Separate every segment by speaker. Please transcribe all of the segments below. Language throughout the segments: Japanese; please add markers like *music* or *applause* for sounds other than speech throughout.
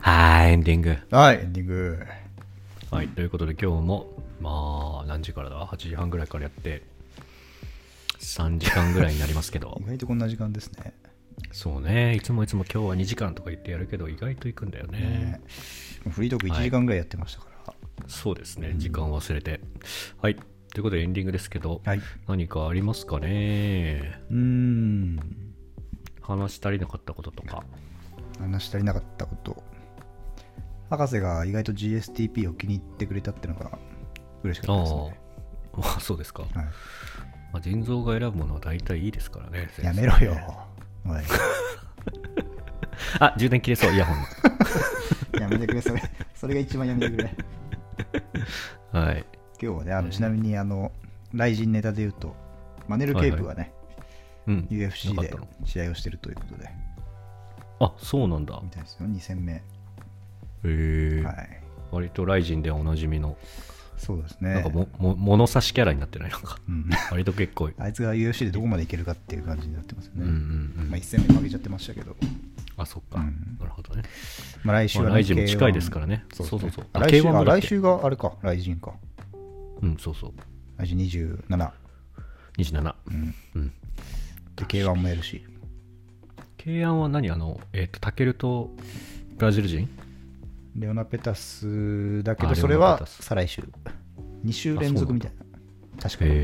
Speaker 1: はい、エンディング。
Speaker 2: はい、エンディング。
Speaker 1: はい、ということで今日も、まあ、何時からだ ?8 時半ぐらいからやって、3時間ぐらいになりますけど
Speaker 2: *laughs* 意。外とこんな時間ですね。
Speaker 1: そうね、いつもいつも今日は2時間とか言ってやるけど、意外と行くんだよね。
Speaker 2: ねフリートーク1時間ぐらいやってましたから。
Speaker 1: そうですね、時間忘れて。はい、ということでエンディングですけど、
Speaker 2: はい。
Speaker 1: 何かありますかね
Speaker 2: うーん。
Speaker 1: 話し足りなかったこととか。
Speaker 2: 話し足りなかったこと。博士が意外と GSTP を気に入ってくれたってのが嬉しかったですね。
Speaker 1: ああ、 *laughs* そうですか。
Speaker 2: はい、
Speaker 1: まあ、腎臓が選ぶものは大体いいですからね。
Speaker 2: やめろよ。おい
Speaker 1: あ、充電切れそう、イヤホンの。
Speaker 2: やめてくれ、それ。それが一番やめてくれ。
Speaker 1: はい。
Speaker 2: 今日はね、あのちなみに、あの、雷神ネタで言うと、マネル・ケープがね、
Speaker 1: うん。
Speaker 2: UFC
Speaker 1: なかっ
Speaker 2: で
Speaker 1: たの
Speaker 2: 試合をしてるということで、
Speaker 1: あ、そうなんだ。へ
Speaker 2: みたいですよ、2戦目。
Speaker 1: え、
Speaker 2: はい。
Speaker 1: 割とライジンでおなじみの、
Speaker 2: そうです
Speaker 1: なん
Speaker 2: ね
Speaker 1: か。も、も物差しキャラになってないなんか。 *laughs*
Speaker 2: うん
Speaker 1: 割と結構。
Speaker 2: あいつが UFC でどこまでいけるかっていう感じになってますよ
Speaker 1: うん
Speaker 2: ね。
Speaker 1: うんうん
Speaker 2: まあ、1戦目負けちゃってましたけど、
Speaker 1: あ、そっか、
Speaker 2: うん
Speaker 1: なるほどね。
Speaker 2: まあ、来週は、
Speaker 1: まあライジンも近いですからね
Speaker 2: K1
Speaker 1: そうそうそう
Speaker 2: あ来週
Speaker 1: K1 も
Speaker 2: あ
Speaker 1: だって
Speaker 2: 来週があれか、来人か。
Speaker 1: うん、そうそう。
Speaker 2: 来週27。
Speaker 1: 27。
Speaker 2: うん、
Speaker 1: うん。
Speaker 2: で、K1 もやるし。
Speaker 1: 慶安は何あの、えっ、と、タケルとブラジル人
Speaker 2: レオナペタスだけ
Speaker 1: あ
Speaker 2: ど、それは
Speaker 1: レオナペタス
Speaker 2: 再来週。2週連続みたいな。確かに。
Speaker 1: へ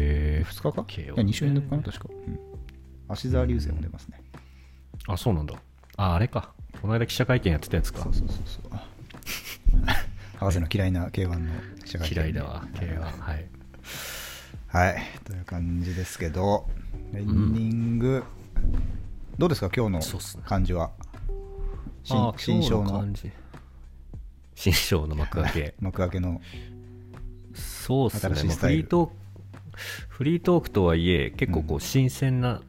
Speaker 1: え
Speaker 2: 2日か、
Speaker 1: K1
Speaker 2: いや、2週連続かな、確か。うん、芦沢流星も出ますね。
Speaker 1: あ、そうなんだ。あ、あれか。この間記者会見やってたやつか
Speaker 2: そう。そう
Speaker 1: *laughs*
Speaker 2: そうそう。 *laughs* 博士の嫌いな K1 の記者会見
Speaker 1: 嫌いだわ、慶安。はい。
Speaker 2: はい、という感じですけど、エンディング、どうですか、今日
Speaker 1: そうっす
Speaker 2: の
Speaker 1: ね
Speaker 2: 感じは。
Speaker 1: あ
Speaker 2: 新新章
Speaker 1: 今日
Speaker 2: の。
Speaker 1: 感じ新章の幕開け
Speaker 2: 幕開けの、
Speaker 1: そうっすね。
Speaker 2: 新しい
Speaker 1: まあ
Speaker 2: ス
Speaker 1: フ
Speaker 2: タイ
Speaker 1: リ
Speaker 2: ル
Speaker 1: ートーク、フリートークとはいえ、結構こう、新鮮な、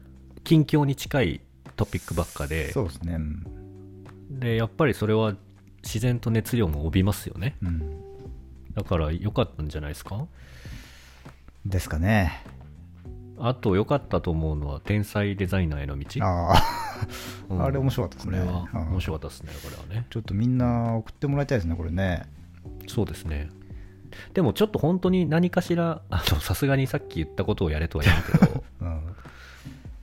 Speaker 1: 近況に近いトピックばっかで、
Speaker 2: そうですね、うん
Speaker 1: で、やっぱりそれは自然と熱量も帯びますよね。
Speaker 2: うん、
Speaker 1: だから良かったんじゃないですか
Speaker 2: ですかね。
Speaker 1: あと良かったと思うのは、天才デザイナーへの道。
Speaker 2: あ
Speaker 1: う
Speaker 2: あ、
Speaker 1: ん
Speaker 2: あれ面白かったです
Speaker 1: こ
Speaker 2: ね。
Speaker 1: れは
Speaker 2: うん
Speaker 1: 面白かったですね、これはね。
Speaker 2: ちょっとみんな送ってもらいたいですね、これね。
Speaker 1: そうですね。でもちょっと本当に何かしら、あのさすがにさっき言ったことをやれとは言うけ
Speaker 2: *laughs*
Speaker 1: ど、
Speaker 2: うん、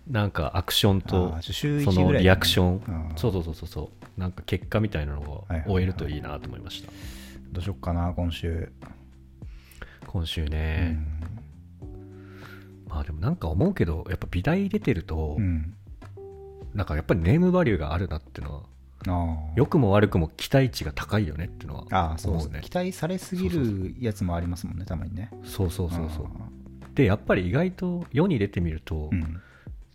Speaker 1: なんかアクションと
Speaker 2: あー週
Speaker 1: そ
Speaker 2: 1
Speaker 1: の
Speaker 2: ぐらい、
Speaker 1: リアクショ
Speaker 2: あ
Speaker 1: ン、
Speaker 2: ー
Speaker 1: そうそうそうそうそう、なんか結果みたいなのを
Speaker 2: はいはいはい
Speaker 1: 終えるといいなと思いました。
Speaker 2: どうしよっかな、今週。
Speaker 1: 今週
Speaker 2: う
Speaker 1: ね、
Speaker 2: ん
Speaker 1: まあでもなんか思うけど、やっぱ美大出てると、
Speaker 2: うん、
Speaker 1: なんかやっぱりネームバリューがあるなっていうのは、
Speaker 2: ああ
Speaker 1: 良くも悪くも期待値が高いよねっていうのは思うね。
Speaker 2: ああ、そうですね。期待されすぎるやつもありますもんね、たまにね。
Speaker 1: そうそうそうそう
Speaker 2: あ。
Speaker 1: で、やっぱり意外と世に出てみると、
Speaker 2: ーうん、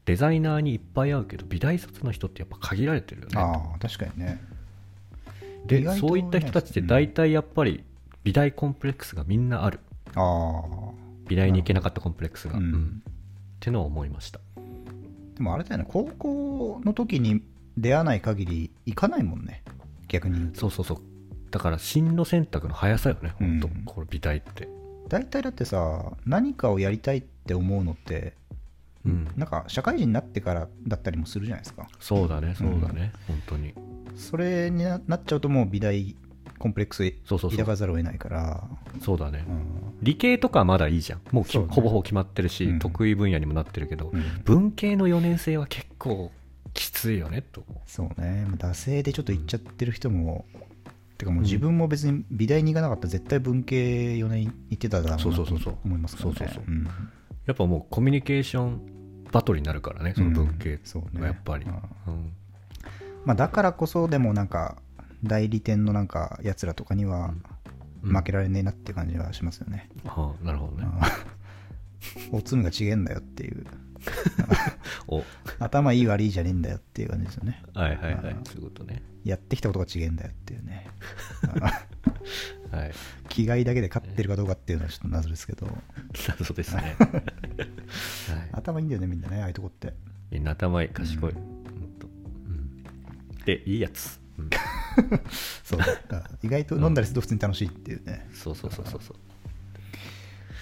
Speaker 1: デザイナーにいっぱい会うけど、美大卒の人ってやっぱ限られてるよね。
Speaker 2: ああ、確かにね。意
Speaker 1: で、
Speaker 2: 外と
Speaker 1: そういった人たちって大体やっぱり美大コンプレックスがみんなある
Speaker 2: あ
Speaker 1: 美大に行けなかったコンプレックスが、
Speaker 2: あ、う
Speaker 1: うんん、ってのを思いました
Speaker 2: でもあれだよね、高校の時に出会わない限り行かないもんね、逆に言うと。
Speaker 1: そうそうそうだから進路選択の速さよね本当、
Speaker 2: うん
Speaker 1: これ美大って
Speaker 2: 大体だってさ、何かをやりたいって思うのって、
Speaker 1: うん
Speaker 2: なんか社会人になってからだったりもするじゃないですか。
Speaker 1: そうだねそうだね、本当に
Speaker 2: それにななっちゃうともう美大コンプレックス
Speaker 1: そうそうそ
Speaker 2: 抱
Speaker 1: う
Speaker 2: かざるを得ないから。
Speaker 1: そうだね
Speaker 2: うん
Speaker 1: 理系とかはまだいいじゃんもうき
Speaker 2: そうね
Speaker 1: ほぼほぼ決まってるし、
Speaker 2: うん
Speaker 1: 得意分野にもなってるけど、
Speaker 2: うん
Speaker 1: 文系の4年生は結構きついよねと
Speaker 2: そうね、まあ惰性でちょっと行っちゃってる人も、てかもう自分も別に美大に行かなかったら絶対文系4年行ってただろうなと
Speaker 1: そうそうそうそう
Speaker 2: 思いますからね。
Speaker 1: そうそうそうんやっぱもうコミュニケーションバトルになるからねその文
Speaker 2: う
Speaker 1: 系
Speaker 2: んそうね
Speaker 1: はやっぱり、
Speaker 2: う
Speaker 1: うん
Speaker 2: まあ、だからこそでもなんか代理店のなんかやつらとかには
Speaker 1: うん
Speaker 2: 負けられねえなっていう感じはしますよね、
Speaker 1: はあ、なるほどね。
Speaker 2: あーおつむがちげえんだよっていう
Speaker 1: お、は
Speaker 2: 頭いい悪いじゃねえんだよっていう感じですよね
Speaker 1: いはいはい。そういうことね。
Speaker 2: やってきたことがちげえんだよってい
Speaker 1: *laughs*
Speaker 2: うね
Speaker 1: はい。 *laughs*
Speaker 2: 気概だけで勝ってるかどうかっていうのはちょっと謎ですけど
Speaker 1: 謎です
Speaker 2: *laughs*
Speaker 1: ね。はい。
Speaker 2: 頭いいんだよねみんなねああいうとこって
Speaker 1: みんな頭いい、賢い。うんとうんで、いいやつ。うん
Speaker 2: そうだから意外と飲んだりすると普通に楽しいっていうね、
Speaker 1: そうそうそうそうそ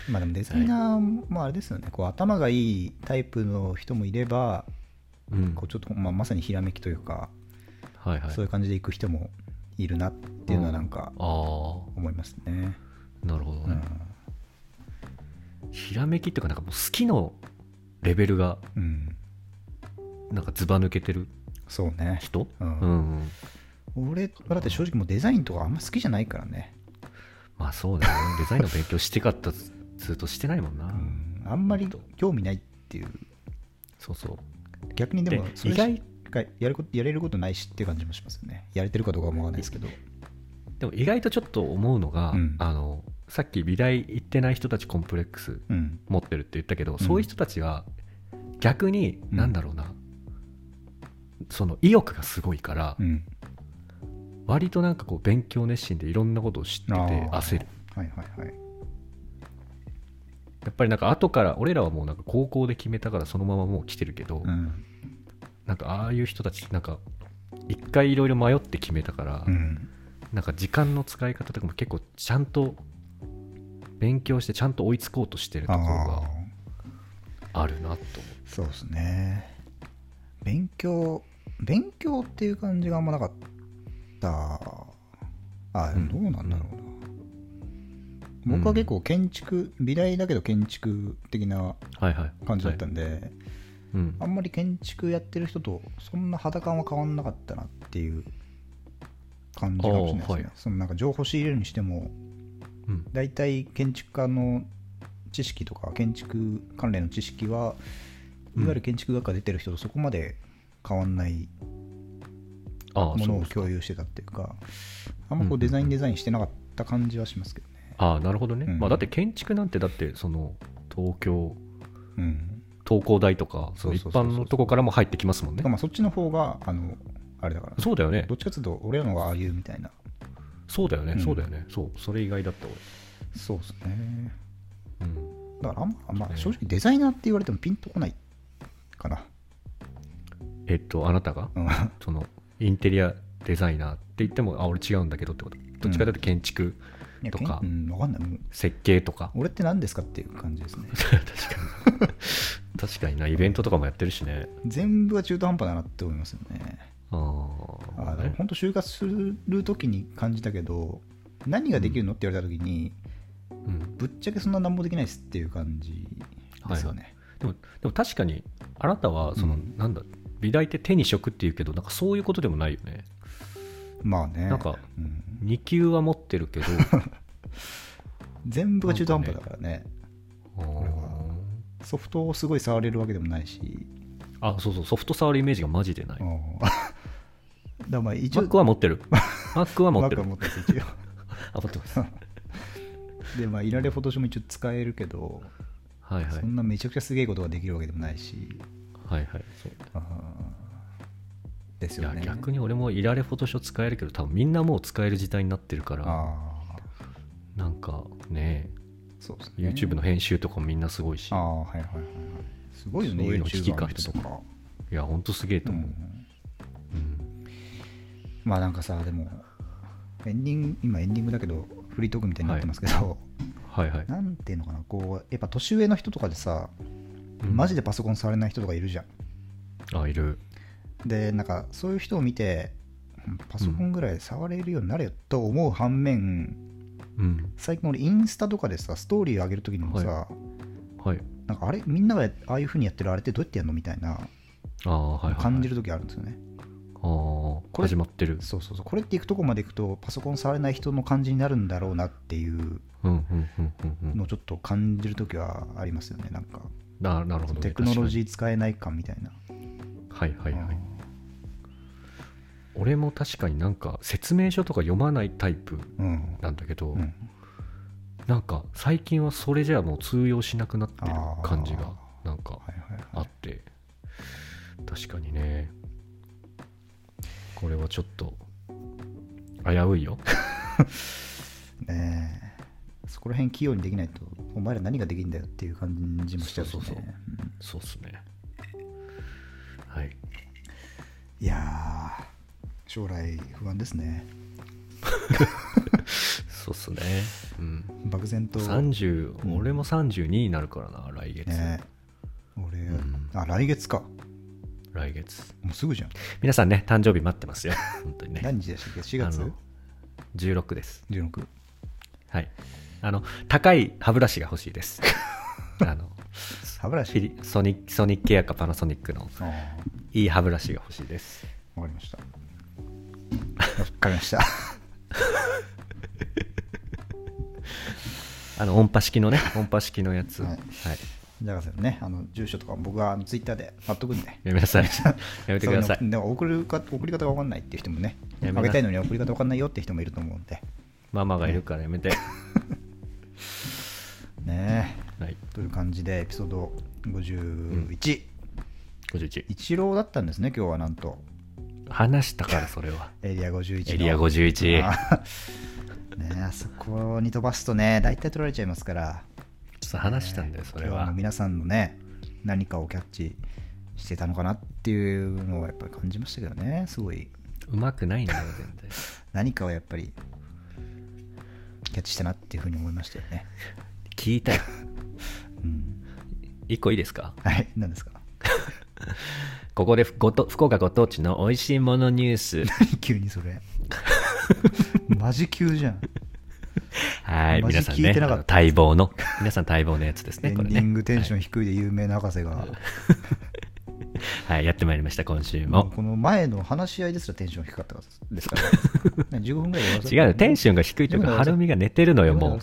Speaker 1: う。
Speaker 2: まあでもデザイナーもあれですよね、こう頭がいいタイプの人もいれば
Speaker 1: うん
Speaker 2: こうちょっと、まあ、まさにひらめきというか
Speaker 1: はいはい
Speaker 2: そうい。う感じで行く人もいるなっていうのはなんか
Speaker 1: あ
Speaker 2: 思いますね。
Speaker 1: あなるほど
Speaker 2: うん
Speaker 1: ね、ひらめきっていうかなんかもう好きのレベルが
Speaker 2: うん、
Speaker 1: なんかずば抜けてる
Speaker 2: そうね。
Speaker 1: 人、
Speaker 2: うん
Speaker 1: うんうん
Speaker 2: 俺はだって正直もうデザインとかあんま好きじゃないからね。
Speaker 1: まあそうだよねデ *laughs* ザインの勉強してかったずずっとしてないもんな、
Speaker 2: うん、あんまり興味ないっていう。
Speaker 1: そうそう
Speaker 2: 逆にでも
Speaker 1: で
Speaker 2: それ
Speaker 1: 意外
Speaker 2: しかやることやれることないしっていう感じもしますよね。やれてるかどうかは思わないですけど。
Speaker 1: でも意外とちょっと思うのが、
Speaker 2: うん
Speaker 1: あのさっき美大行ってない人たちコンプレックス
Speaker 2: うん。
Speaker 1: 持ってるって言ったけど、そういう人たちは逆に
Speaker 2: うん
Speaker 1: なんだろうな、その意欲がすごいから、
Speaker 2: うん。
Speaker 1: 割となんかこう勉強熱心でいろんなことを知ってて
Speaker 2: あー
Speaker 1: 焦る
Speaker 2: はいはいはい。
Speaker 1: やっぱりなんか後から俺らはもうなんか高校で決めたからそのままもう来てるけど、
Speaker 2: うん。
Speaker 1: なんかああいう人たちなんか一回いろいろ迷って決めたから、
Speaker 2: うん。
Speaker 1: なんか時間の使い方とかも結構ちゃんと勉強してちゃんと追いつこうとしてると
Speaker 2: あ
Speaker 1: ころ
Speaker 2: あ
Speaker 1: が。あるなと思
Speaker 2: そうですね。勉強、勉強っていう感じがあんまなかった。あ、
Speaker 1: うん
Speaker 2: どうなんだろうな。
Speaker 1: うん
Speaker 2: 僕は結構建築、美大だけど建築的な
Speaker 1: うはいはい
Speaker 2: 感じだった
Speaker 1: はい
Speaker 2: んで、
Speaker 1: うん
Speaker 2: あんまり建築やってる人とそんな肌感は変わんなかったなっていう感じかもしれないですね。
Speaker 1: ああはい
Speaker 2: そのなんか情報仕入れるにしても、
Speaker 1: うん
Speaker 2: 大体建築家の知識とか建築関連の知識は
Speaker 1: う
Speaker 2: い
Speaker 1: ん
Speaker 2: わゆる建築学科出てる人とそこまで変わんない
Speaker 1: ああ
Speaker 2: も
Speaker 1: そ
Speaker 2: の
Speaker 1: う
Speaker 2: を
Speaker 1: ですか
Speaker 2: 共有してたっていうかあんまこうデザインデザインしてなかった感じはしますけどね。
Speaker 1: ああなるほどね、
Speaker 2: うん
Speaker 1: まあ、だって建築なんてだってその東京
Speaker 2: うん
Speaker 1: 東工大とかそ
Speaker 2: そう
Speaker 1: の
Speaker 2: そ
Speaker 1: 一
Speaker 2: うそうそう
Speaker 1: 般のとこからも入ってきますもん
Speaker 2: だ
Speaker 1: ね
Speaker 2: からまあそっちの方があのあれだから
Speaker 1: そうだよね
Speaker 2: どっちかっていうと俺らの方がああいうみたいな
Speaker 1: そうだよね、
Speaker 2: うん
Speaker 1: そうだよねそうそれ以外だった
Speaker 2: そうですね
Speaker 1: 俺、うん、
Speaker 2: だからあんま、まあ、正直デザイナーって言われてもピンとこないかな。
Speaker 1: えっとあなたが
Speaker 2: うん
Speaker 1: そのインテリアデザイナーって言ってもあ俺違うんだけどってことどっちかというと建築、
Speaker 2: いや
Speaker 1: とか
Speaker 2: けんうん、わかんない。もう
Speaker 1: 設計と
Speaker 2: *laughs*
Speaker 1: か
Speaker 2: 俺って何ですかっていう感じですね。
Speaker 1: 確かに *laughs* 確かになイベントとかもやってるしね
Speaker 2: 全部は中途半端だなって思いますよね。
Speaker 1: あ
Speaker 2: あ
Speaker 1: あ
Speaker 2: だから
Speaker 1: ね
Speaker 2: 本当就活する時に感じたけど、何ができるのって言われた時に、
Speaker 1: うん
Speaker 2: ぶっちゃけそんな何もできないですっていう感じですよね。
Speaker 1: でもでも確かにあなたはその、
Speaker 2: うん
Speaker 1: なんだ美大って手に職っていうけどなんかそういうことでもないよね
Speaker 2: まあね。
Speaker 1: なんか
Speaker 2: うん
Speaker 1: 2級は持ってる
Speaker 2: *laughs*
Speaker 1: けど
Speaker 2: 全部が中途半端だからね。
Speaker 1: あー
Speaker 2: れはソフトをすごい触れるわけでもないし。
Speaker 1: あそうそうソフト触るイメージがマジでない
Speaker 2: うん *laughs* だからまあ一応、
Speaker 1: Mac は持って
Speaker 2: *laughs*
Speaker 1: る Mac は持ってる
Speaker 2: Mac は持ってます一応。
Speaker 1: あ持ってますはい
Speaker 2: でまあいられフォトショーも一応使えるけど、
Speaker 1: はい
Speaker 2: そんなめちゃくちゃすげえことができるわけでもないし
Speaker 1: はいはいそう
Speaker 2: あーです
Speaker 1: い
Speaker 2: よ
Speaker 1: や
Speaker 2: ね
Speaker 1: 逆に俺もいられフォトショー使えるけど多分みんなもう使える時代になってるから
Speaker 2: ああ
Speaker 1: なんかね
Speaker 2: そうですね
Speaker 1: YouTube の編集とかもみんなすごいし
Speaker 2: ああはいはいはいはいすごいよね
Speaker 1: そういうの
Speaker 2: YouTuber
Speaker 1: 危
Speaker 2: の
Speaker 1: 機
Speaker 2: 人
Speaker 1: 感
Speaker 2: とか、
Speaker 1: いやほんとすげえ
Speaker 2: う、
Speaker 1: と思うんうん
Speaker 2: まあなんかさでもエンディング今エンディングだけどフリートークみたいになってますけど、
Speaker 1: はいはい
Speaker 2: なんていうのかなこうやっぱ年上の人とかでさ、
Speaker 1: うん
Speaker 2: マジでパソコン触れない人とかいるじゃん
Speaker 1: あいる
Speaker 2: でなんかそういう人を見てパソコンぐらい触れるようになれよと思う反面、
Speaker 1: うん
Speaker 2: 最近俺インスタとかでさストーリー上げるときにもさ、
Speaker 1: はい
Speaker 2: なんかあれみんながああいうふうにやってるあれってどうやってやるのみたいな
Speaker 1: ああはいはいはい
Speaker 2: 感じるときあるんですよね、
Speaker 1: ああ
Speaker 2: れ
Speaker 1: 始まってる
Speaker 2: そうそうそうこれって行くとこまで行くとパソコン触れない人の感じになるんだろうなっていう
Speaker 1: うんうんうんうんうん
Speaker 2: のをちょっと感じるときはありますよねなんか
Speaker 1: ななるほどね
Speaker 2: テクノロジー使えない感みたいな
Speaker 1: 確かにはいはいはい俺も確かになんか説明書とか読まないタイプ
Speaker 2: うん
Speaker 1: なんだけど、
Speaker 2: うん
Speaker 1: なんか最近はそれじゃもう通用しなくなってる感じがなんか
Speaker 2: はいはい
Speaker 1: あ
Speaker 2: はい
Speaker 1: って確かにねこれはちょっと危ういよ
Speaker 2: *laughs* ねえそこら辺器用にできないとお前ら何ができるんだよっていう感じもしちゃうしね
Speaker 1: そうそうそ
Speaker 2: うん
Speaker 1: そうっすねはい
Speaker 2: いやー将来不安ですね
Speaker 1: そうっすねうん
Speaker 2: 漠然と
Speaker 1: 30、
Speaker 2: うん
Speaker 1: 俺も32になるからな来月、
Speaker 2: ね俺、
Speaker 1: ん
Speaker 2: あ来月か
Speaker 1: 来月
Speaker 2: もうすぐじゃん
Speaker 1: 皆さんね誕生日待ってますよ本当にね
Speaker 2: 何日でしたっけ4月
Speaker 1: あの16です
Speaker 2: 16
Speaker 1: はいあの高い歯ブラシが欲しいです
Speaker 2: *laughs*
Speaker 1: あの
Speaker 2: 歯ブラ
Speaker 1: フ
Speaker 2: シ
Speaker 1: ィリソニックソニックケアかパナソニックの
Speaker 2: ああ
Speaker 1: いい歯ブラシが欲しいです
Speaker 2: わかりましたわかりました
Speaker 1: あの音波式の
Speaker 2: *laughs*
Speaker 1: ね音波式のやつ
Speaker 2: は
Speaker 1: はいい、
Speaker 2: じゃあねあの住所とかも僕はツイッターで貼っとくんで
Speaker 1: やめな
Speaker 2: *laughs*
Speaker 1: さいやめてください
Speaker 2: そううのでも送るか送り方が分かんないっていう人もね
Speaker 1: やめな
Speaker 2: あげたいのに送り方分かんないよって人もいると思うんで
Speaker 1: ママがいるからやめ
Speaker 2: *laughs*
Speaker 1: て
Speaker 2: ねえ
Speaker 1: はい
Speaker 2: という感じでエピソード51、
Speaker 1: 51
Speaker 2: 一郎だったんですね今日はなんと
Speaker 1: 話したからそれは
Speaker 2: エリア51の
Speaker 1: エリア51
Speaker 2: あーねえあそこに飛ばすとね大体取られちゃいますから
Speaker 1: ちょっと話したんだよそれ
Speaker 2: 今日
Speaker 1: は
Speaker 2: も皆さんのね何かをキャッチしてたのかなっていうのをやっぱり感じましたけどねすごいう
Speaker 1: まくないんだよ全然
Speaker 2: 何かをやっぱりキャッチしたなっていうふうに思いましたよね、
Speaker 1: 聞いたよ
Speaker 2: うん、
Speaker 1: 1個いいですか
Speaker 2: はい何ですか *laughs*
Speaker 1: ここでふごと福岡ご当地の美味しいものニュース
Speaker 2: 急にそれ *laughs* マジ急じゃん
Speaker 1: はい
Speaker 2: マジ
Speaker 1: 皆さん
Speaker 2: 聞い
Speaker 1: ね
Speaker 2: てな
Speaker 1: あ
Speaker 2: かっ
Speaker 1: の
Speaker 2: た
Speaker 1: 待望の皆さん待望のやつです
Speaker 2: エ
Speaker 1: ね
Speaker 2: ン
Speaker 1: こ
Speaker 2: デ
Speaker 1: れ
Speaker 2: ィン
Speaker 1: ね
Speaker 2: グテンション低いで有名な博士が、
Speaker 1: はいやってまいりました今週
Speaker 2: もう
Speaker 1: も
Speaker 2: この前の話し合いですらテンション低かったで
Speaker 1: *laughs*
Speaker 2: すから、ね、15分ぐらいで
Speaker 1: 違うよテンションが低いというかはるみが寝てるのよもう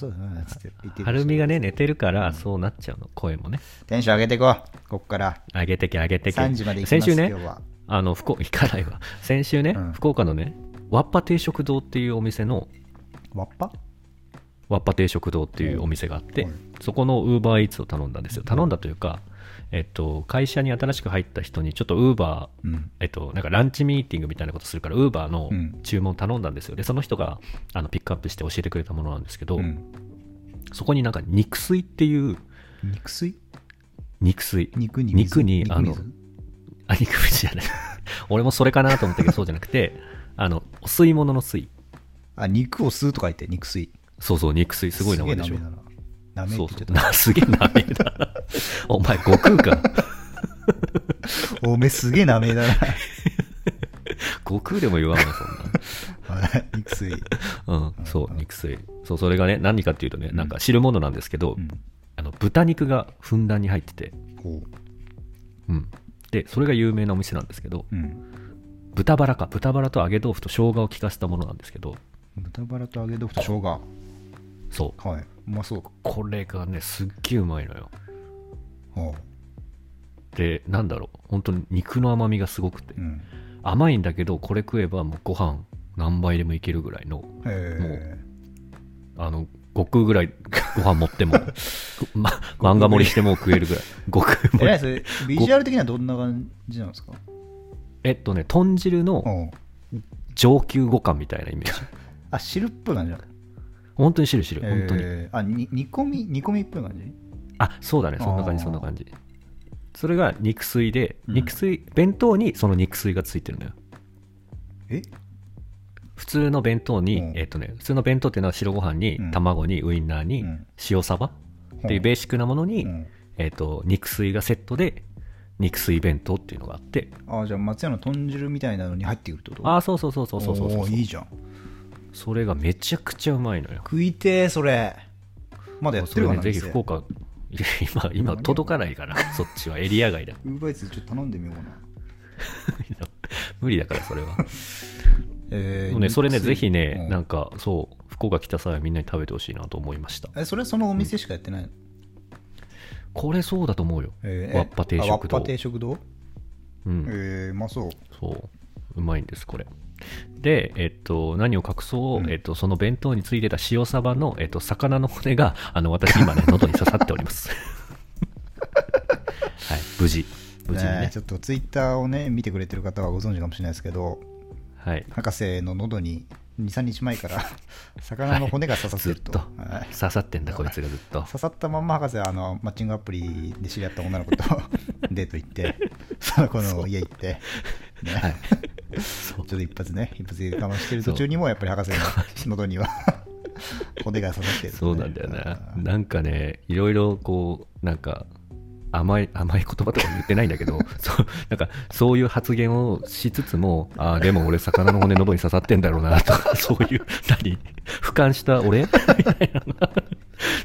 Speaker 1: はるみが
Speaker 2: ね
Speaker 1: ね寝てるからそうなっちゃうの声もね
Speaker 2: テンション上げていこうこっから
Speaker 1: 上げてけ上げてけ
Speaker 2: 3時まで行きま
Speaker 1: 先
Speaker 2: す
Speaker 1: 週ね
Speaker 2: 今日は
Speaker 1: あの福岡行かないわ先週ね、
Speaker 2: うん
Speaker 1: 福岡のねわっぱ定食堂っていうお店の
Speaker 2: わっぱ
Speaker 1: わっぱ定食堂っていうお店があって、
Speaker 2: はい
Speaker 1: そこのウーバーイーツを頼んだんですよ頼んだというか、えっと、会社に新しく入った人にちょっとウーバー
Speaker 2: うん
Speaker 1: えっと、なんかランチミーティングみたいなことするからウーバーの
Speaker 2: うん
Speaker 1: 注文頼んだんですよ、でその人があのピックアップして教えてくれたものなんですけど、
Speaker 2: うん
Speaker 1: そこになんか肉水っていう
Speaker 2: 肉水
Speaker 1: 肉水
Speaker 2: 肉に
Speaker 1: 肉
Speaker 2: 水
Speaker 1: にあの
Speaker 2: 水
Speaker 1: あ肉水じゃない *laughs* 俺もそれかなと思ったけどそうじゃなくてあのお吸い物の水
Speaker 2: あ肉を吸うと書いて肉水
Speaker 1: そうそう肉水すごい名前でしょ
Speaker 2: すげえなめだななめ
Speaker 1: そ
Speaker 2: って言
Speaker 1: う
Speaker 2: っ
Speaker 1: そ
Speaker 2: ちゃっ
Speaker 1: うなすげえなめだ *laughs* お前悟空か
Speaker 2: た *laughs* おめえすげえなめだな
Speaker 1: 悟空でも言わんわ
Speaker 2: はい肉水
Speaker 1: そんなうんそう肉水そうそれがね何かっていうとねなんか汁物なんですけど、
Speaker 2: うん
Speaker 1: あの豚肉がふんだんに入ってて
Speaker 2: ほ
Speaker 1: うんでそれが有名なお店なんですけど
Speaker 2: ううん
Speaker 1: 豚バラか豚バラと揚げ豆腐と生姜を効かせたものなんですけど
Speaker 2: 豚バラと揚げ豆腐と生姜は
Speaker 1: そう
Speaker 2: いうまそう
Speaker 1: これがねすっげえうまいのよ
Speaker 2: ほ
Speaker 1: でなんだろう本当に肉の甘みがすごくて
Speaker 2: ううん
Speaker 1: 甘いんだけどこれ食えばもうご飯何杯でもいけるぐらいの
Speaker 2: へえ
Speaker 1: あの悟空ぐらい *laughs* ご飯持っても、 *laughs* ま、漫画盛りしても食えるぐらい悟空
Speaker 2: え
Speaker 1: 盛
Speaker 2: らい
Speaker 1: り
Speaker 2: それビジュアル的にはどんな感じなんですか
Speaker 1: えっとね豚汁の
Speaker 2: うん
Speaker 1: 上級五感みたいなイメージ
Speaker 2: あ汁っぽい感じなの
Speaker 1: 本当に汁汁本当に、
Speaker 2: えーあに煮込み煮込みっぽい感じ
Speaker 1: あそうだねそんな感じ
Speaker 2: あー
Speaker 1: そんな感じそれが肉水で
Speaker 2: うん
Speaker 1: 肉水、弁当にその肉水がついてるのよ
Speaker 2: え
Speaker 1: 普通の弁当に、
Speaker 2: うん
Speaker 1: えっとね普通の弁当っていうのは白ご飯に、
Speaker 2: うん
Speaker 1: 卵にウインナーに、
Speaker 2: うん
Speaker 1: 塩サバっていうベーシックなものに、
Speaker 2: うん
Speaker 1: えっと肉水がセットで肉水弁当っていうのがあって
Speaker 2: あじゃあ松屋の豚汁みたいなのに入ってくるってこと
Speaker 1: ああそうそうそうそうそうそうそう
Speaker 2: おーいいじゃん
Speaker 1: それがめちゃくちゃうまいのよ
Speaker 2: 食いてーそれまだやっ
Speaker 1: そ
Speaker 2: て
Speaker 1: れ
Speaker 2: るか
Speaker 1: ね
Speaker 2: な
Speaker 1: ぜひ福岡いや今今届かないからそっちはエリア外だ *laughs*
Speaker 2: ウーバーイーツちょっと頼んでみようかな
Speaker 1: 無理だからそれは
Speaker 2: え
Speaker 1: でもね、それね、ぜひね、なん
Speaker 2: か
Speaker 1: んか、そう、福岡来た際はみんなに食べてほしいなと思いました。
Speaker 2: えそれはそのお店しかやってないの、
Speaker 1: これそうだと思うよ。
Speaker 2: えー
Speaker 1: わっぱ定
Speaker 2: あわっ
Speaker 1: 食
Speaker 2: ぱ
Speaker 1: 堂。
Speaker 2: 定食堂
Speaker 1: う
Speaker 2: え
Speaker 1: ん、
Speaker 2: ー、うまそう
Speaker 1: そう。うまいんです、これ。で、えっと、何を隠そう、
Speaker 2: うん
Speaker 1: えっと、その弁当についてた塩サバの、えっと、魚の骨が、あの、私今ね、
Speaker 2: *laughs*
Speaker 1: 喉に刺さっております。 *laughs* はい、無事。無事に
Speaker 2: ね
Speaker 1: ね
Speaker 2: ち。ょっとツイッターをね見てくれてる方はご存知かもしれないですけど
Speaker 1: はい。
Speaker 2: 博士の喉に23日前から *laughs* 魚の骨が刺さって
Speaker 1: ずっ
Speaker 2: ると、
Speaker 1: と
Speaker 2: はい、
Speaker 1: 刺さってんだ、こいつがずっと。
Speaker 2: 刺さったまんま博士はあのマッチングアプリで知り合った女の子と *laughs* デート行ってその子の家行って、ね
Speaker 1: はい。
Speaker 2: ちょっと一発ね一発で我慢
Speaker 1: *laughs*
Speaker 2: してる途中にもやっぱり博士の喉には *laughs* 骨が刺さってる、
Speaker 1: そうなんだよね。
Speaker 2: うん
Speaker 1: なんかね、いろいろこう、なんか、甘い甘い言葉とか言ってないんだ
Speaker 2: *laughs*
Speaker 1: けどそうなんかそういう発言をしつつもあーでも俺魚の骨喉に刺さってんだろうなと
Speaker 2: *laughs*
Speaker 1: かそういう何俯瞰した俺みたいな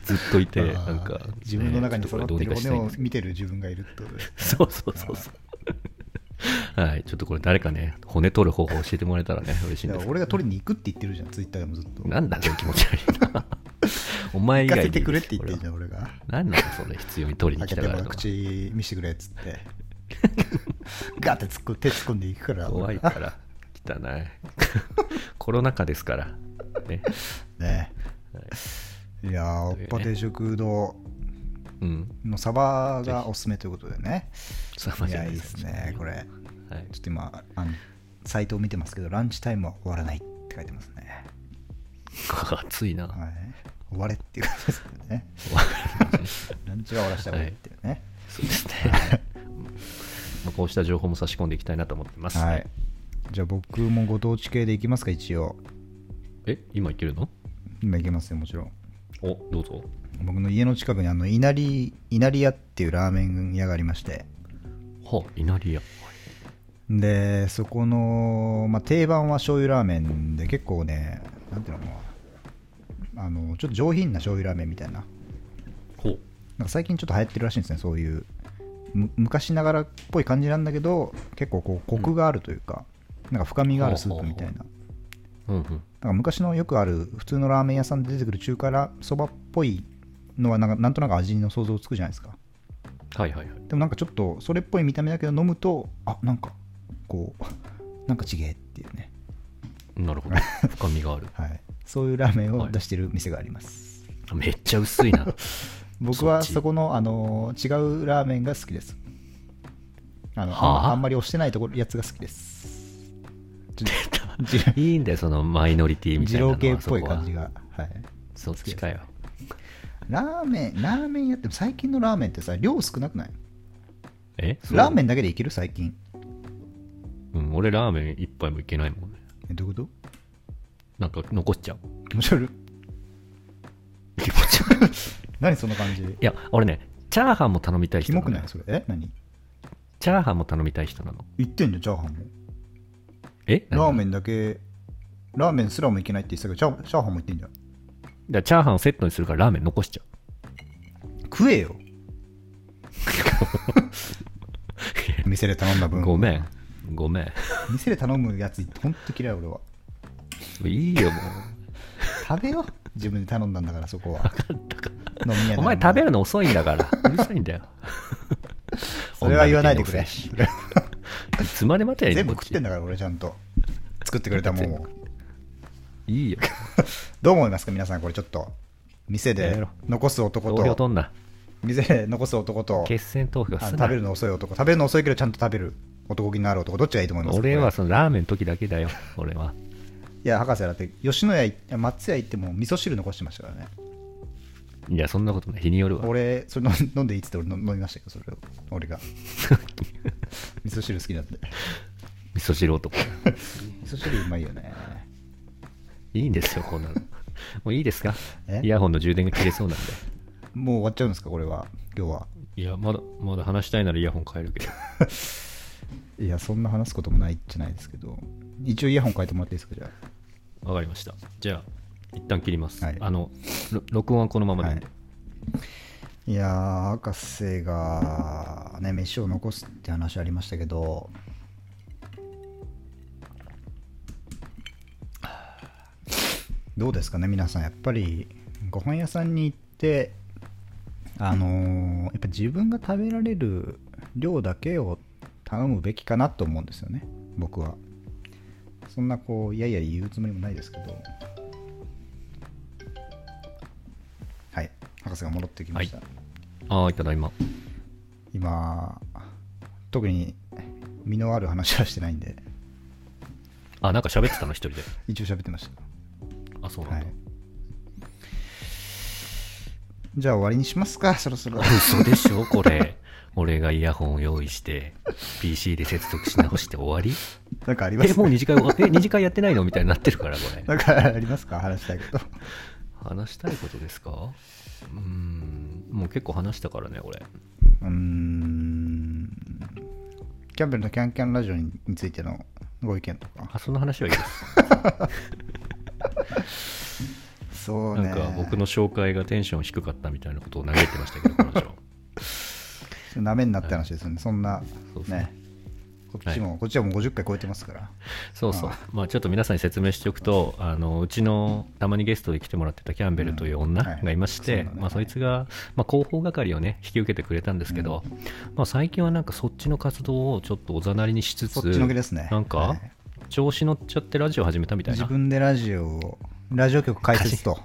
Speaker 1: ずっといて
Speaker 2: あー
Speaker 1: なんか、
Speaker 2: 自分の中に
Speaker 1: ねちょ
Speaker 2: 揃っ
Speaker 1: とこ
Speaker 2: て
Speaker 1: れどうに
Speaker 2: る
Speaker 1: かしたい
Speaker 2: 骨
Speaker 1: ん
Speaker 2: を
Speaker 1: です
Speaker 2: 見てる自分がいるってこ
Speaker 1: *laughs*
Speaker 2: とですね
Speaker 1: そうそうそうそうはいちょっとこれ誰かね骨取る方法教えてもらえたらね嬉しいん
Speaker 2: だ
Speaker 1: です
Speaker 2: から
Speaker 1: けど
Speaker 2: 俺が取りに行くって言ってるじゃんツイッターでもずっと
Speaker 1: なんだそれ気持ち悪い
Speaker 2: *laughs*
Speaker 1: なお前以
Speaker 2: 行か
Speaker 1: 外
Speaker 2: せ
Speaker 1: で
Speaker 2: て
Speaker 1: いい
Speaker 2: くれ
Speaker 1: です
Speaker 2: って言ってるじゃん俺が
Speaker 1: 俺はなんなのそれ必要に取りに
Speaker 2: 開
Speaker 1: 来た
Speaker 2: けて
Speaker 1: か
Speaker 2: ほ
Speaker 1: ら
Speaker 2: ら
Speaker 1: とか
Speaker 2: 口見せてくれっつって
Speaker 1: *laughs*
Speaker 2: ガッて突っ込手突っ込んでいくから
Speaker 1: 怖い
Speaker 2: 俺が
Speaker 1: から汚い *laughs* コロナ禍ですからね
Speaker 2: ねいやーおっぱ定食堂
Speaker 1: うん
Speaker 2: のサバがおすすめということでね
Speaker 1: サバ
Speaker 2: い
Speaker 1: じゃ
Speaker 2: や
Speaker 1: ないい
Speaker 2: い
Speaker 1: で
Speaker 2: です
Speaker 1: す
Speaker 2: ねこれ
Speaker 1: はい
Speaker 2: ちょっと今あのサイトを見てますけどランチタイムは終わらないって書いてますね、
Speaker 1: 暑いな、
Speaker 2: はい、終われっていう感じですけど *laughs* ねランチは終わらせた方がいいっていうね
Speaker 1: そうですねまあこうした情報も差し込んでいきたいなと思ってます、
Speaker 2: はい、じゃあ僕もご当地系でいきますか一応
Speaker 1: え今いけるの
Speaker 2: 今いけますよもちろん
Speaker 1: おどうぞ
Speaker 2: 僕の家の近くにあの稲荷稲荷屋っていうラーメン屋がありまして
Speaker 1: はあ稲荷屋
Speaker 2: でそこの、まあ、定番は醤油ラーメンで結構ねなんていうのかなあのちょっと上品な醤油ラーメンみたいな
Speaker 1: ほう
Speaker 2: なんか最近ちょっと流行ってるらしいんですねそういうむ昔ながらっぽい感じなんだけど結構こうコクがあるというか、なんか深みがあるスープみたいな,、
Speaker 1: うんうん
Speaker 2: なんか昔のよくある普通のラーメン屋さんで出てくる中華そばっぽいのはなんかなんとなく味の想像つくじゃないですか
Speaker 1: はいはいはい
Speaker 2: でもなんかちょっとそれっぽい見た目だけど飲むとあなんかこうなんかちげえっていうね、
Speaker 1: なるほど深みがある
Speaker 2: はい、そういうラーメンを出してる店があります、
Speaker 1: めっちゃ薄い
Speaker 2: *laughs*
Speaker 1: な
Speaker 2: 僕は
Speaker 1: そっち
Speaker 2: そこの、あのー違うラーメンが好きですあの、
Speaker 1: はあ
Speaker 2: あんまあんまり押してないところやつが好きですちょ
Speaker 1: いいんだよそのマイノリティみた
Speaker 2: 二
Speaker 1: いなの
Speaker 2: 郎
Speaker 1: は
Speaker 2: 系っぽい感じ
Speaker 1: が
Speaker 2: がはい
Speaker 1: そっちかよ
Speaker 2: ラーメンラーメンやっても最近のラーメンってさ量少なくない
Speaker 1: え
Speaker 2: ラーメ
Speaker 1: ン、
Speaker 2: ンだけでいける最近
Speaker 1: うん、俺ラーメン一杯もいけないもんね
Speaker 2: えどういうこ
Speaker 1: なんか残っちゃう
Speaker 2: と気持ち悪い *laughs*
Speaker 1: 気持ち悪い
Speaker 2: 何その感じ
Speaker 1: いや俺ねチャーハンも頼みたい人
Speaker 2: キ
Speaker 1: な
Speaker 2: モ
Speaker 1: の
Speaker 2: くないそれえ何
Speaker 1: チャーハンも頼みたい人なの
Speaker 2: 言ってんじゃんチャーハンも
Speaker 1: え
Speaker 2: ラー
Speaker 1: ン
Speaker 2: メンだけ、ラーメンすらもいけないって言ってたけど、チャーチャーハンもいってんじゃん。
Speaker 1: チャーハンをセットにするからラーメン残しちゃう *laughs*
Speaker 2: 食えよ。店で頼んだ分。
Speaker 1: ごめんごめん
Speaker 2: 店で頼むやつ、ほんと嫌い、俺は。
Speaker 1: いいよも
Speaker 2: 食べよ。自分で頼んだんだから、そこは。飲み屋な
Speaker 1: う *laughs*
Speaker 2: の
Speaker 1: お前食べるの遅いんだからうるさいんだよ
Speaker 2: それは言わないでく
Speaker 1: 女
Speaker 2: れ。
Speaker 1: の子
Speaker 2: それはい
Speaker 1: つまで待てばいい
Speaker 2: 全
Speaker 1: の
Speaker 2: 部
Speaker 1: こ
Speaker 2: 食ってんだから、俺ちゃんと。作ってくれたもんを。
Speaker 1: ち
Speaker 2: *laughs*
Speaker 1: いいよ
Speaker 2: どう思いますか、皆さん、これちょっと。店
Speaker 1: やめ
Speaker 2: で
Speaker 1: ろ
Speaker 2: 残す男
Speaker 1: 投票
Speaker 2: と、
Speaker 1: 取んな
Speaker 2: 店で残す男と、
Speaker 1: 決戦投票
Speaker 2: あ
Speaker 1: すな
Speaker 2: の食べるの遅い男、食べるの遅いけどちゃんと食べる男気のある男、どっちがいいと思いますか
Speaker 1: 俺はそのラーメンの時だけだよ俺はい
Speaker 2: や、博士だって、吉野家行っ、いや松屋行っても味噌汁残してましたからね。
Speaker 1: いやそんなことない日によるわ
Speaker 2: 俺、それ飲ん飲ん *laughs* でいいっつって俺飲飲みましたけど、それを。
Speaker 1: *laughs*
Speaker 2: 俺が。味噌汁好きなんで。
Speaker 1: 味噌汁男
Speaker 2: 味噌汁うまいよね。
Speaker 1: いいんですよこんなのもういいですか
Speaker 2: え
Speaker 1: イヤホンの充電が切れそうなんで
Speaker 2: もう終わっちゃうんですか、これは。今日は。
Speaker 1: いやまだまだ話したいならイヤホン変えるけど
Speaker 2: いや、そんな話すこともないじゃないですけど。一応イヤホン変えてもらっていいですか、じゃ
Speaker 1: *laughs*
Speaker 2: あ。
Speaker 1: わかりました。じゃあ、一旦切ります。
Speaker 2: はい
Speaker 1: あの、ろ録音はこのままで。
Speaker 2: はい。いやー、博士が、ね、飯を残すって話ありましたけど、どうですかね、皆さん、やっぱりご飯屋さんに行って、あのーやっぱ自分が食べられる量だけを頼むべきかなと思うんですよね、僕は。そんなこう、いやいや言うつもりもないですけど。はい、博士が戻ってきました。
Speaker 1: ああ、ただいま。
Speaker 2: 今、特に身のある話はしてないんで、
Speaker 1: あ、なんか喋ってたの、一人で。
Speaker 2: 一応喋ってました。
Speaker 1: あ、そうな
Speaker 2: は
Speaker 1: ん
Speaker 2: い
Speaker 1: だ。、
Speaker 2: じゃあ終わりにしますか、そろそろ。
Speaker 1: 嘘でしょ、これ。 *laughs* 俺がイヤホンを用意して、PC で接続し直して終わり
Speaker 2: なんかありま
Speaker 1: え、
Speaker 2: す
Speaker 1: もう二次会終わ *laughs* って、え、二次会やってないのみたいになってるから、これ。
Speaker 2: なんかありますか話したいこと。
Speaker 1: 話したいことですかうーん、もう結構話したからね、俺。
Speaker 2: うーんキャンベルのキャンキャンラジオについてのご意見とか
Speaker 1: あその話はいいです
Speaker 2: そう
Speaker 1: な
Speaker 2: ね
Speaker 1: んか僕の紹介がテンション低かったみたいなことを嘆いてましたけど彼女
Speaker 2: なめになった話ですよね、そんな
Speaker 1: そうそう
Speaker 2: ねこっちも、こっちはもう50回超えてますから
Speaker 1: そうそうまあちょっと皆さんに説明しておくとあのうちのたまにゲストで来てもらってたキャンベルという女
Speaker 2: うんはい
Speaker 1: がいまして、
Speaker 2: そうだね
Speaker 1: まあ、そいつが、まあ、広報係をね引き受けてくれたんですけど、まあ、最近はなんかそっちの活動をちょっとおざなりにしつ
Speaker 2: そ
Speaker 1: つ
Speaker 2: っちのけですね
Speaker 1: なんか、
Speaker 2: はい
Speaker 1: 調子乗っちゃってラジオ始めたみたい
Speaker 2: 自
Speaker 1: な
Speaker 2: 分でラジオをラジオ局解説と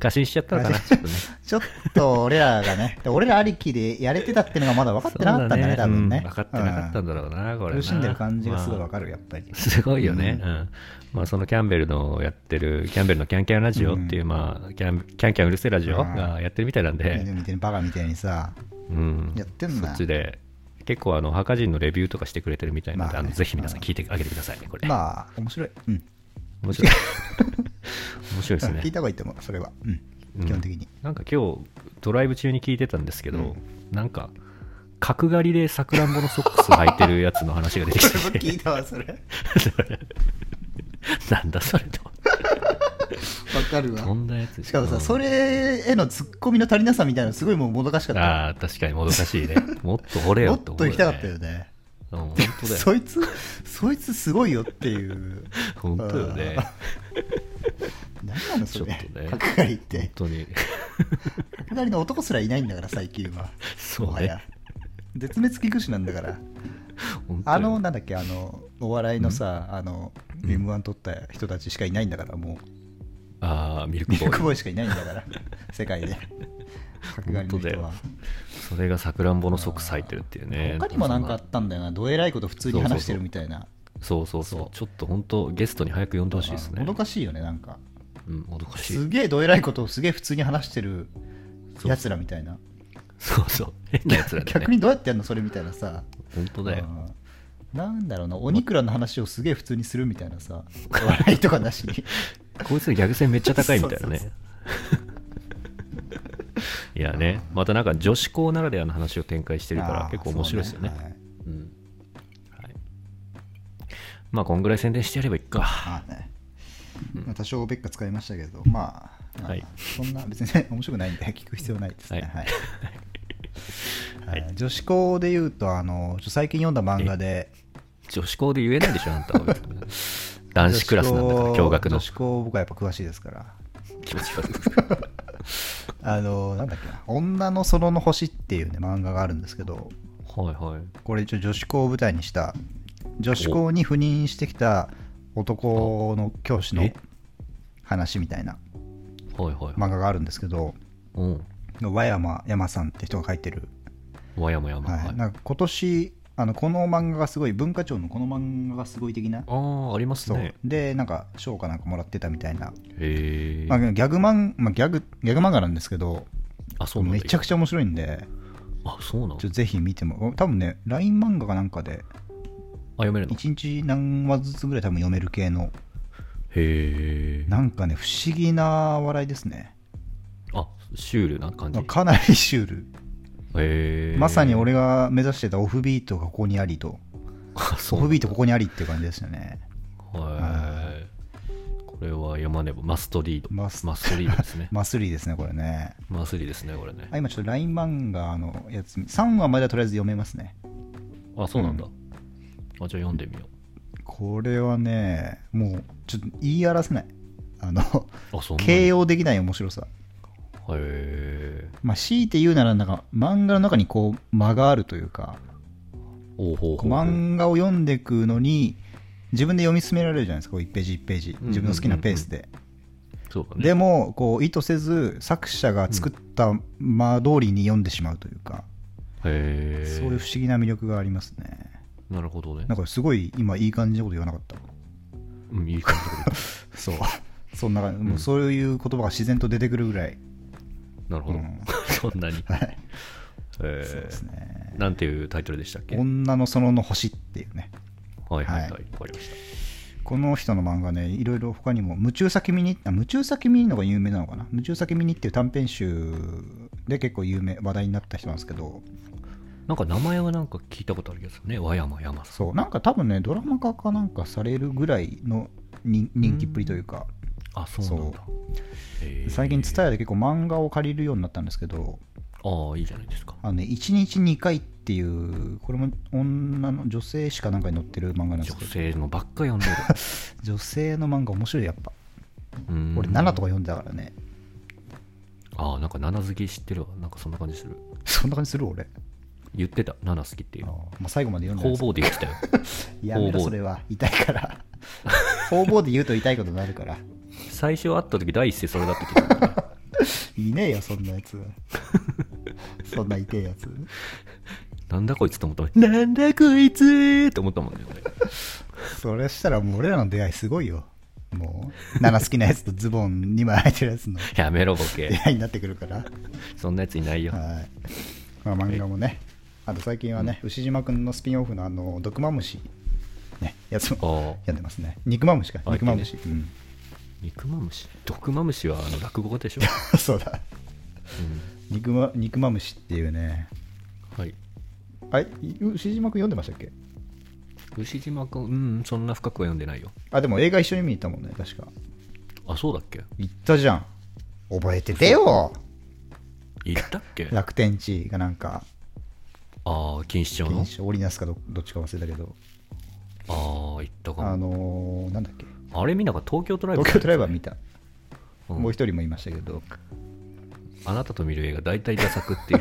Speaker 1: 過信しちゃったのかなちょっとね
Speaker 2: *laughs* ちょっと俺らがねで俺らありきでやれてたっていうのがま *laughs* だ分かってなかったんだね多分ね、
Speaker 1: うん分かってなかったんだろうな、こ
Speaker 2: う
Speaker 1: れな
Speaker 2: ん苦しんでる感じがすごい
Speaker 1: ま
Speaker 2: 分
Speaker 1: あ
Speaker 2: かるやっぱり
Speaker 1: すごいよね、
Speaker 2: う
Speaker 1: うんまあ、そのキャンベルのやってるキャンベルのキャンキャンラジオっていう、まあ、キャンキャンキャンうるせえラジオ
Speaker 2: うん
Speaker 1: がやってるみたいなんで、
Speaker 2: 見てるバカみたいにさ
Speaker 1: うん
Speaker 2: やってん
Speaker 1: そ
Speaker 2: な
Speaker 1: っちで結構あの墓人のレビューとかしてくれてるみたいなんで、
Speaker 2: まあ
Speaker 1: あ
Speaker 2: ね
Speaker 1: のぜひ皆さん聞いてあげてくださいねこれ、
Speaker 2: まあ面白いうん
Speaker 1: 面白い *laughs* 面白いです
Speaker 2: *laughs* 聞い
Speaker 1: ね
Speaker 2: た方がいいと思うそれは、うん
Speaker 1: うん
Speaker 2: 基本的に *laughs*
Speaker 1: なんか今日ドライブ中に聞いてたんですけど、
Speaker 2: うん
Speaker 1: なんか角刈りでさくらんぼのソックス履いてるやつの話が出て
Speaker 2: *laughs*
Speaker 1: きて
Speaker 2: も聞いたわそれわ
Speaker 1: *laughs* なんだそれと
Speaker 2: かる
Speaker 1: どんなやつ
Speaker 2: しかも
Speaker 1: う
Speaker 2: さ
Speaker 1: ん
Speaker 2: それへのツッコミの足りなさみたいなのすごいもうもどかしかった
Speaker 1: ああ確かにもどかし
Speaker 2: *laughs*
Speaker 1: いねもっと掘れ
Speaker 2: も
Speaker 1: よ
Speaker 2: っ
Speaker 1: って
Speaker 2: と
Speaker 1: 思うよ
Speaker 2: 行き
Speaker 1: ね
Speaker 2: たかったよね
Speaker 1: うん本当だよ
Speaker 2: そいつそいつすごいよっていう
Speaker 1: 本当よね
Speaker 2: 何なのそれ
Speaker 1: ちょっとね
Speaker 2: 角刈りっ
Speaker 1: 本
Speaker 2: て
Speaker 1: 当に
Speaker 2: 角刈りの男すらいないんだから最近は
Speaker 1: そうね
Speaker 2: もはや絶滅危惧種なんだから
Speaker 1: 本当よ
Speaker 2: あのなんだっけあのお笑いのさあの m 1取った人たちしかいないんだからもう
Speaker 1: ああミルク
Speaker 2: ミ
Speaker 1: ボー
Speaker 2: ル
Speaker 1: イ
Speaker 2: クボーイしかいないんだから世界で角刈りの
Speaker 1: 本当だ
Speaker 2: 人は
Speaker 1: よそれがさくらんぼの即咲いてるっていうね
Speaker 2: 他にもなんかあったんだよなどえらいこと普通に話してるみたいな
Speaker 1: そうそうそうちょっと本当ゲストに早く呼んでほしいです
Speaker 2: あの
Speaker 1: ね
Speaker 2: もどかしいよねなんか
Speaker 1: うんもどかしい
Speaker 2: すげえどえらいことをすげえ普通に話してる
Speaker 1: そう
Speaker 2: やつらみたいな
Speaker 1: そうそう変なやつらだ
Speaker 2: 逆
Speaker 1: ね
Speaker 2: にどうやってやるのそれみたいなさ
Speaker 1: 本当だよ
Speaker 2: うんなんだろうな、お肉らの話をすげえ普通にするみたいなさ、笑いとかなしに。
Speaker 1: こいつの逆線めっちゃ高いみたいなね
Speaker 2: そう
Speaker 1: いやねまたなんか女子校ならではの話を展開してるか
Speaker 2: あ
Speaker 1: ら
Speaker 2: ー
Speaker 1: 結構面白いですよね
Speaker 2: そうはい
Speaker 1: うんはい、まあこんぐらい宣伝してやればいいか
Speaker 2: まあね。まあ多少ベッカ使いましたけど、まあ、まあ
Speaker 1: はい
Speaker 2: そんな別に、ね、面白くないん
Speaker 1: *laughs*
Speaker 2: で聞く必要ないですね。
Speaker 1: は
Speaker 2: はい。はい女子校で言うとあのちょっと最近読んだ漫画で
Speaker 1: 女子校で言えないでしょあんた
Speaker 2: *laughs*
Speaker 1: は男子クラスなんだから驚愕の
Speaker 2: 女子校僕はやっぱ詳しいですから
Speaker 1: 気持ち悪い
Speaker 2: あのなんだっけな「女の園の星」っていうね漫画があるんですけど
Speaker 1: はいはい
Speaker 2: これ一応女子校を舞台にした女子校に赴任してきた男の教師の
Speaker 1: え
Speaker 2: 話みたいな
Speaker 1: はいはい、
Speaker 2: 漫画があるんですけど
Speaker 1: うん
Speaker 2: 和山山さんって人が書いてる、
Speaker 1: わやもやも、
Speaker 2: は
Speaker 1: はい
Speaker 2: い、なんか今年あのこの漫画がすごい文化庁のこの漫画がすごい的な
Speaker 1: あああります
Speaker 2: そう
Speaker 1: ね
Speaker 2: でなんか賞かなんかもらってたみたいな、
Speaker 1: へえ
Speaker 2: まあ、ギャグマン、まあ、ギャグギャグ漫画なんですけど
Speaker 1: あそうなんだ
Speaker 2: めちゃくちゃ面白いんで
Speaker 1: あそうなの
Speaker 2: ちょっとぜひ見ても多分ね LINE 漫画かなんかで
Speaker 1: あ読めるのへ
Speaker 2: 1日何話ずつぐらい多分読める系の
Speaker 1: え
Speaker 2: なんかね、不思議な笑いですね。
Speaker 1: あシュールな感じ
Speaker 2: かなりシュー
Speaker 1: へえ
Speaker 2: ル。まさに俺が目指してたオフビートがここにありと、
Speaker 1: あ
Speaker 2: オ
Speaker 1: そう
Speaker 2: フビートここにありっていう感じですよね。
Speaker 1: はいこれは読まねばマストリード
Speaker 2: マス
Speaker 1: マストリードですね *laughs*
Speaker 2: マスリーですね、これね。
Speaker 1: マスリーですねこれね
Speaker 2: あ今ちょっと LINE 漫画のやつ、3話まではとりあえず読めますね。
Speaker 1: あそうなんだ、あじゃあ読んでみよ
Speaker 2: これはね、もうちょっと言い表せない。あの、
Speaker 1: うあそんなに
Speaker 2: 形容できない面白さ。
Speaker 1: へえ。
Speaker 2: まあ、強いて言うなら、なんか漫画の中にこう間があるというか、
Speaker 1: おうほうほうほう
Speaker 2: 漫画を読んでいくのに自分で読み進められるじゃないですか1ページ1ページ
Speaker 1: うん
Speaker 2: 自分の好きなペースで、
Speaker 1: そうだね。
Speaker 2: でもこう意図せず作者が作った間通りに読んでしまうというか、
Speaker 1: へえ。
Speaker 2: そういう不思議な魅力がありますね
Speaker 1: なるほどね
Speaker 2: なん。かすごい今いい感じのこと言わなかった
Speaker 1: うん、いい感じだけ
Speaker 2: そう *laughs* そんな感じもうそういう言葉が自然と出てくるぐらい、 *laughs*
Speaker 1: ど。なるほど。
Speaker 2: う
Speaker 1: そんなに。へ
Speaker 2: はいそう
Speaker 1: え
Speaker 2: です。ね
Speaker 1: なんていうタイトルでしたっけはい
Speaker 2: 女の園の星っていうね
Speaker 1: はいはい。
Speaker 2: はい
Speaker 1: わかりまし
Speaker 2: この人の漫画ね、いろいろ他にも、夢中先見に、あ夢中先見にのが有名なのかな、夢中先見にっていう短編集で結構有名話題になった人なんですけど
Speaker 1: なんか名前はなんか聞いたことあるやつね和山山さん
Speaker 2: そうなんか多分ねドラマ化かなんかされるぐらいの人人気っぷりというか、
Speaker 1: あそうなんだへー
Speaker 2: 最近 TSUTAYA で結構漫画を借りるようになったんですけど
Speaker 1: ああいいじゃないですか
Speaker 2: あの、ね、1日2回っていうこれも女の女性しかなんかに載ってる漫画なんです
Speaker 1: 女
Speaker 2: けど
Speaker 1: 性のばっか
Speaker 2: *laughs*
Speaker 1: 読んでる
Speaker 2: 女性の漫画面白いやっぱ
Speaker 1: うん
Speaker 2: 俺7とか読んでたからね、
Speaker 1: ああなんか7好き知ってるわなんかそんな感じする
Speaker 2: そんな感じする俺
Speaker 1: 言ってた7好きっていう
Speaker 2: あーまあ、最後まで読んでない
Speaker 1: 方
Speaker 2: で
Speaker 1: 々で言
Speaker 2: す *laughs*
Speaker 1: ってたよ
Speaker 2: やめろ
Speaker 1: 方々
Speaker 2: それは痛いから *laughs* 方々で言うと痛いことになるから
Speaker 1: 最初会った時第一声それだって聞いたからね
Speaker 2: いねえよそんなやつそんな痛いやつ
Speaker 1: なんだこいつと思ったもんなんだこいつって思ったもんね俺
Speaker 2: それしたらもう俺らの出会いすごいよもう7好きなやつとズボン2枚履いてるやつの
Speaker 1: *laughs* やめろボ
Speaker 2: 出
Speaker 1: ケ
Speaker 2: 会いになってくるからはい、
Speaker 1: そんなやついないよ
Speaker 2: まあ、漫画もねあと最近はね、牛島くんのスピンオフのあの毒マムシねやつも
Speaker 1: ああ
Speaker 2: やってますね肉マムシか
Speaker 1: あ
Speaker 2: 肉マムシ、うん
Speaker 1: 肉まむし毒まむしはあの落語でしょ、
Speaker 2: *laughs* そうだ
Speaker 1: う
Speaker 2: 肉ま肉まむしっていうね
Speaker 1: ん、はい
Speaker 2: あれい牛島くん読んでましたっけ
Speaker 1: 牛島君うんそんな深くは読んでないよ
Speaker 2: あでも映画一緒に見に行ったもんね確か
Speaker 1: あそうだっけ
Speaker 2: 行ったじゃん覚えててよ
Speaker 1: 言ったっけあ
Speaker 2: 楽天地がなんか
Speaker 1: あ錦糸町
Speaker 2: 銀
Speaker 1: の
Speaker 2: 賞織りなすかどどっちか忘れたけど
Speaker 1: ああ言ったか
Speaker 2: あ
Speaker 1: も
Speaker 2: のーなんだっけ
Speaker 1: あれ見なかった東京トライブ
Speaker 2: 東京ドライバー見た、
Speaker 1: うん
Speaker 2: もう一人もいましたけど
Speaker 1: あなたと見る映画大体ダサくって
Speaker 2: *laughs*
Speaker 1: いう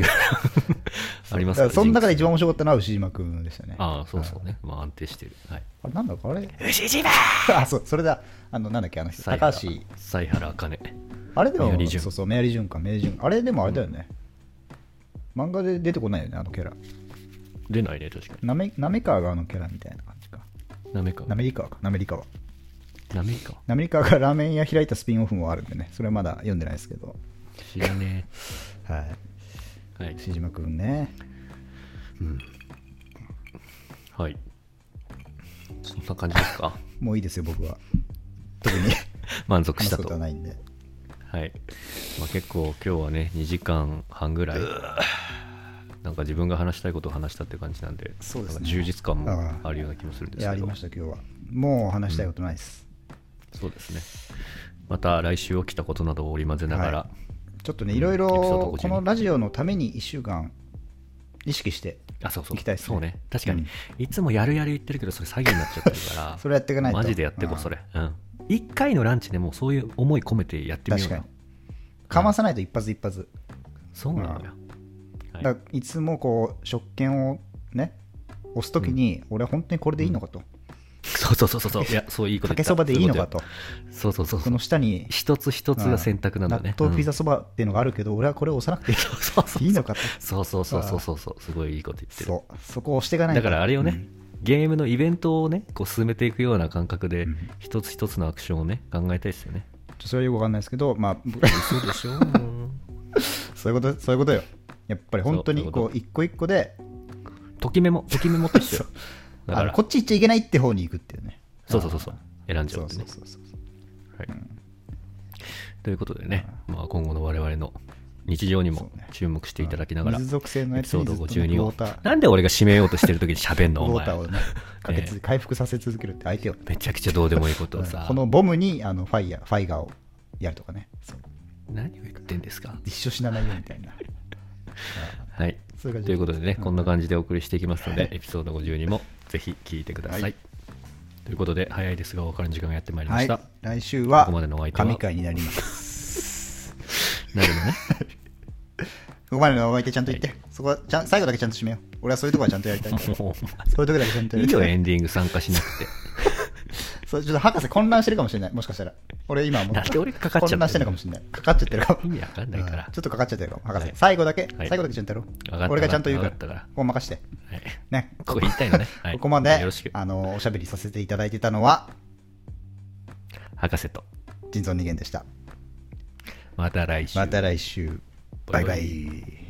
Speaker 1: あります
Speaker 2: だからその中で一
Speaker 1: 番
Speaker 2: 番面白かったのは牛島君でしたね
Speaker 1: ああそうそうねまあ安定してるはい
Speaker 2: あれなんだかあれ *laughs* 牛島あそうそれだあのなんだっけあの人
Speaker 1: 犀
Speaker 2: 高
Speaker 1: 原
Speaker 2: 橋
Speaker 1: 犀原茜
Speaker 2: あれでも
Speaker 1: メアリージュン
Speaker 2: そうそうメアリージュンかメアリージュンあれでもあれだよね、漫画で出てこないよねあのキャラ
Speaker 1: 出ないね確か
Speaker 2: なめなめ川があのキャラみたいな感じか
Speaker 1: になめか
Speaker 2: なめり川かなめり川
Speaker 1: なめか
Speaker 2: なめり川がラーメン屋開いたスピンオフもあるんでねそれはまだ読んでないですけど
Speaker 1: 知らね
Speaker 2: はい
Speaker 1: えはい
Speaker 2: 牛島君ね
Speaker 1: はいそんな感じです
Speaker 2: *laughs*
Speaker 1: か
Speaker 2: もういいですよ僕は特
Speaker 1: *laughs*
Speaker 2: に
Speaker 1: 満足
Speaker 2: 話
Speaker 1: し
Speaker 2: す
Speaker 1: た
Speaker 2: こととはないんで
Speaker 1: はい、まあ、結構今日はね2時間半ぐらいなんか自分が話したいことを話したって感じなんで
Speaker 2: そうですね
Speaker 1: なんか充実感もあるような気もするんです
Speaker 2: い
Speaker 1: けど
Speaker 2: やありました今日はもう話したいことないです、
Speaker 1: そうですねまた来週起きたことなどを織り交ぜながら、
Speaker 2: はちょっとね
Speaker 1: うん
Speaker 2: いろい
Speaker 1: エピソード
Speaker 2: ろ
Speaker 1: 52
Speaker 2: このラジオのために1週間意識して
Speaker 1: あそうそう
Speaker 2: 行きたいですね
Speaker 1: そうね確かに、
Speaker 2: うん
Speaker 1: いつもやるやる言ってるけどそれ詐欺になっちゃってるから
Speaker 2: それやっていかないと
Speaker 1: マジでやってこ
Speaker 2: うん
Speaker 1: それ、うん、1回のランチでもうそういう思い込めてやってみよ
Speaker 2: 確
Speaker 1: う
Speaker 2: かに
Speaker 1: よ
Speaker 2: かまさないと一発一発、
Speaker 1: そうなのよ、はい
Speaker 2: だからいつもこう食券をね押すときに、俺本当にこれでいいのかと、
Speaker 1: そうそうそうそうそういやそういいこと言っ
Speaker 2: かけ
Speaker 1: た
Speaker 2: そばでいいのかと
Speaker 1: そういうことよそうそう
Speaker 2: こ
Speaker 1: そうそ
Speaker 2: の
Speaker 1: う
Speaker 2: 下に
Speaker 1: 一つ一つが選択なんだね、
Speaker 2: 納
Speaker 1: う
Speaker 2: 豆
Speaker 1: ん
Speaker 2: ピザそばっていうのがあるけど、俺はこれを押さなくていい
Speaker 1: そうそうそう
Speaker 2: いいのかと
Speaker 1: そうそうそうそうそうそうすごいいいこと言ってる
Speaker 2: そうそこを押していかない
Speaker 1: だ
Speaker 2: と
Speaker 1: からあれよね、
Speaker 2: うん
Speaker 1: ゲームのイベントをねこう進めていくような感覚で
Speaker 2: うん
Speaker 1: 一つ一つのアクションをね考えたいですよね
Speaker 2: ちょっとそれはよくわかんないですけどまあ僕
Speaker 1: そうでしょうん
Speaker 2: そういうこと、そういうことよ。やっぱり本当
Speaker 1: そ
Speaker 2: に
Speaker 1: うそういう
Speaker 2: こ
Speaker 1: こ
Speaker 2: う、一個一個で、
Speaker 1: *laughs* ときめもときめもと一緒
Speaker 2: そ
Speaker 1: よ
Speaker 2: う
Speaker 1: だ
Speaker 2: あ
Speaker 1: か
Speaker 2: の
Speaker 1: ら
Speaker 2: こっち行っちゃいけないって方に行くっていうね。
Speaker 1: そうそうそうそう選んじゃ
Speaker 2: そうう
Speaker 1: って
Speaker 2: そ
Speaker 1: ね
Speaker 2: うそうそう。
Speaker 1: はいということでね、まあ、今後の我々の日常にも
Speaker 2: そうね
Speaker 1: 注目していただきながら、
Speaker 2: 水属性の
Speaker 1: エ
Speaker 2: や
Speaker 1: ピ
Speaker 2: つ
Speaker 1: ソー
Speaker 2: に
Speaker 1: ド
Speaker 2: ずっとね
Speaker 1: 52
Speaker 2: ウォ
Speaker 1: を
Speaker 2: ーター、
Speaker 1: なんで俺が締めようとしてる時に喋んのお
Speaker 2: ウォー
Speaker 1: 前
Speaker 2: ターをね、かけつ
Speaker 1: ええ
Speaker 2: 回復させ続けるって相手を。
Speaker 1: めちゃくちゃどうでもいいことをさ
Speaker 2: *laughs* このボムにあのファイヤー、ファイガーをやるとかね。そう
Speaker 1: 何を言ってんですか
Speaker 2: 一緒死なないよみたいな。
Speaker 1: はい
Speaker 2: そういう感じ
Speaker 1: ということでね、こんな感じでお送りしていきますので、エピソード52もぜひ聞いてください。
Speaker 2: はい
Speaker 1: ということで、早いですが、お別れの時間がやってまいりま
Speaker 2: は
Speaker 1: し
Speaker 2: い
Speaker 1: た。。
Speaker 2: 来週
Speaker 1: こ
Speaker 2: は
Speaker 1: こまでのお相、手は
Speaker 2: 神回になります。
Speaker 1: なるのね。
Speaker 2: ここまでのお相手ちゃんと言って、そこはちゃん最後だけちゃんと締めよう。俺はそういうとこはちゃんとやりたいんだ。そういう
Speaker 1: *laughs* も
Speaker 2: *laughs* とこだけちゃんと
Speaker 1: う、
Speaker 2: や
Speaker 1: いい
Speaker 2: りたい
Speaker 1: よ、。エンディング参加しなくて。
Speaker 2: そうちょっと博士混乱してるかもしれないもしかしたら俺今も
Speaker 1: なんで俺かかっちゃってる
Speaker 2: 混乱してるかもしれないかかっちゃってるかも
Speaker 1: 意味わかんないから
Speaker 2: うちょっとかかっちゃってるかも博士、
Speaker 1: はい
Speaker 2: 最後だけ、
Speaker 1: はい
Speaker 2: 最後だけちゃんとや
Speaker 1: かっ
Speaker 2: ろ
Speaker 1: た
Speaker 2: う俺がちゃんと言うか
Speaker 1: わ
Speaker 2: ら
Speaker 1: かったから
Speaker 2: ここ任して
Speaker 1: はい、
Speaker 2: ね
Speaker 1: ここ言いたいのね。はい、
Speaker 2: ここまで
Speaker 1: よろしく。
Speaker 2: あのおしゃべりさせていただいてたのは
Speaker 1: 博士と。
Speaker 2: 人造人間でした
Speaker 1: また来週。
Speaker 2: また来週バイバイ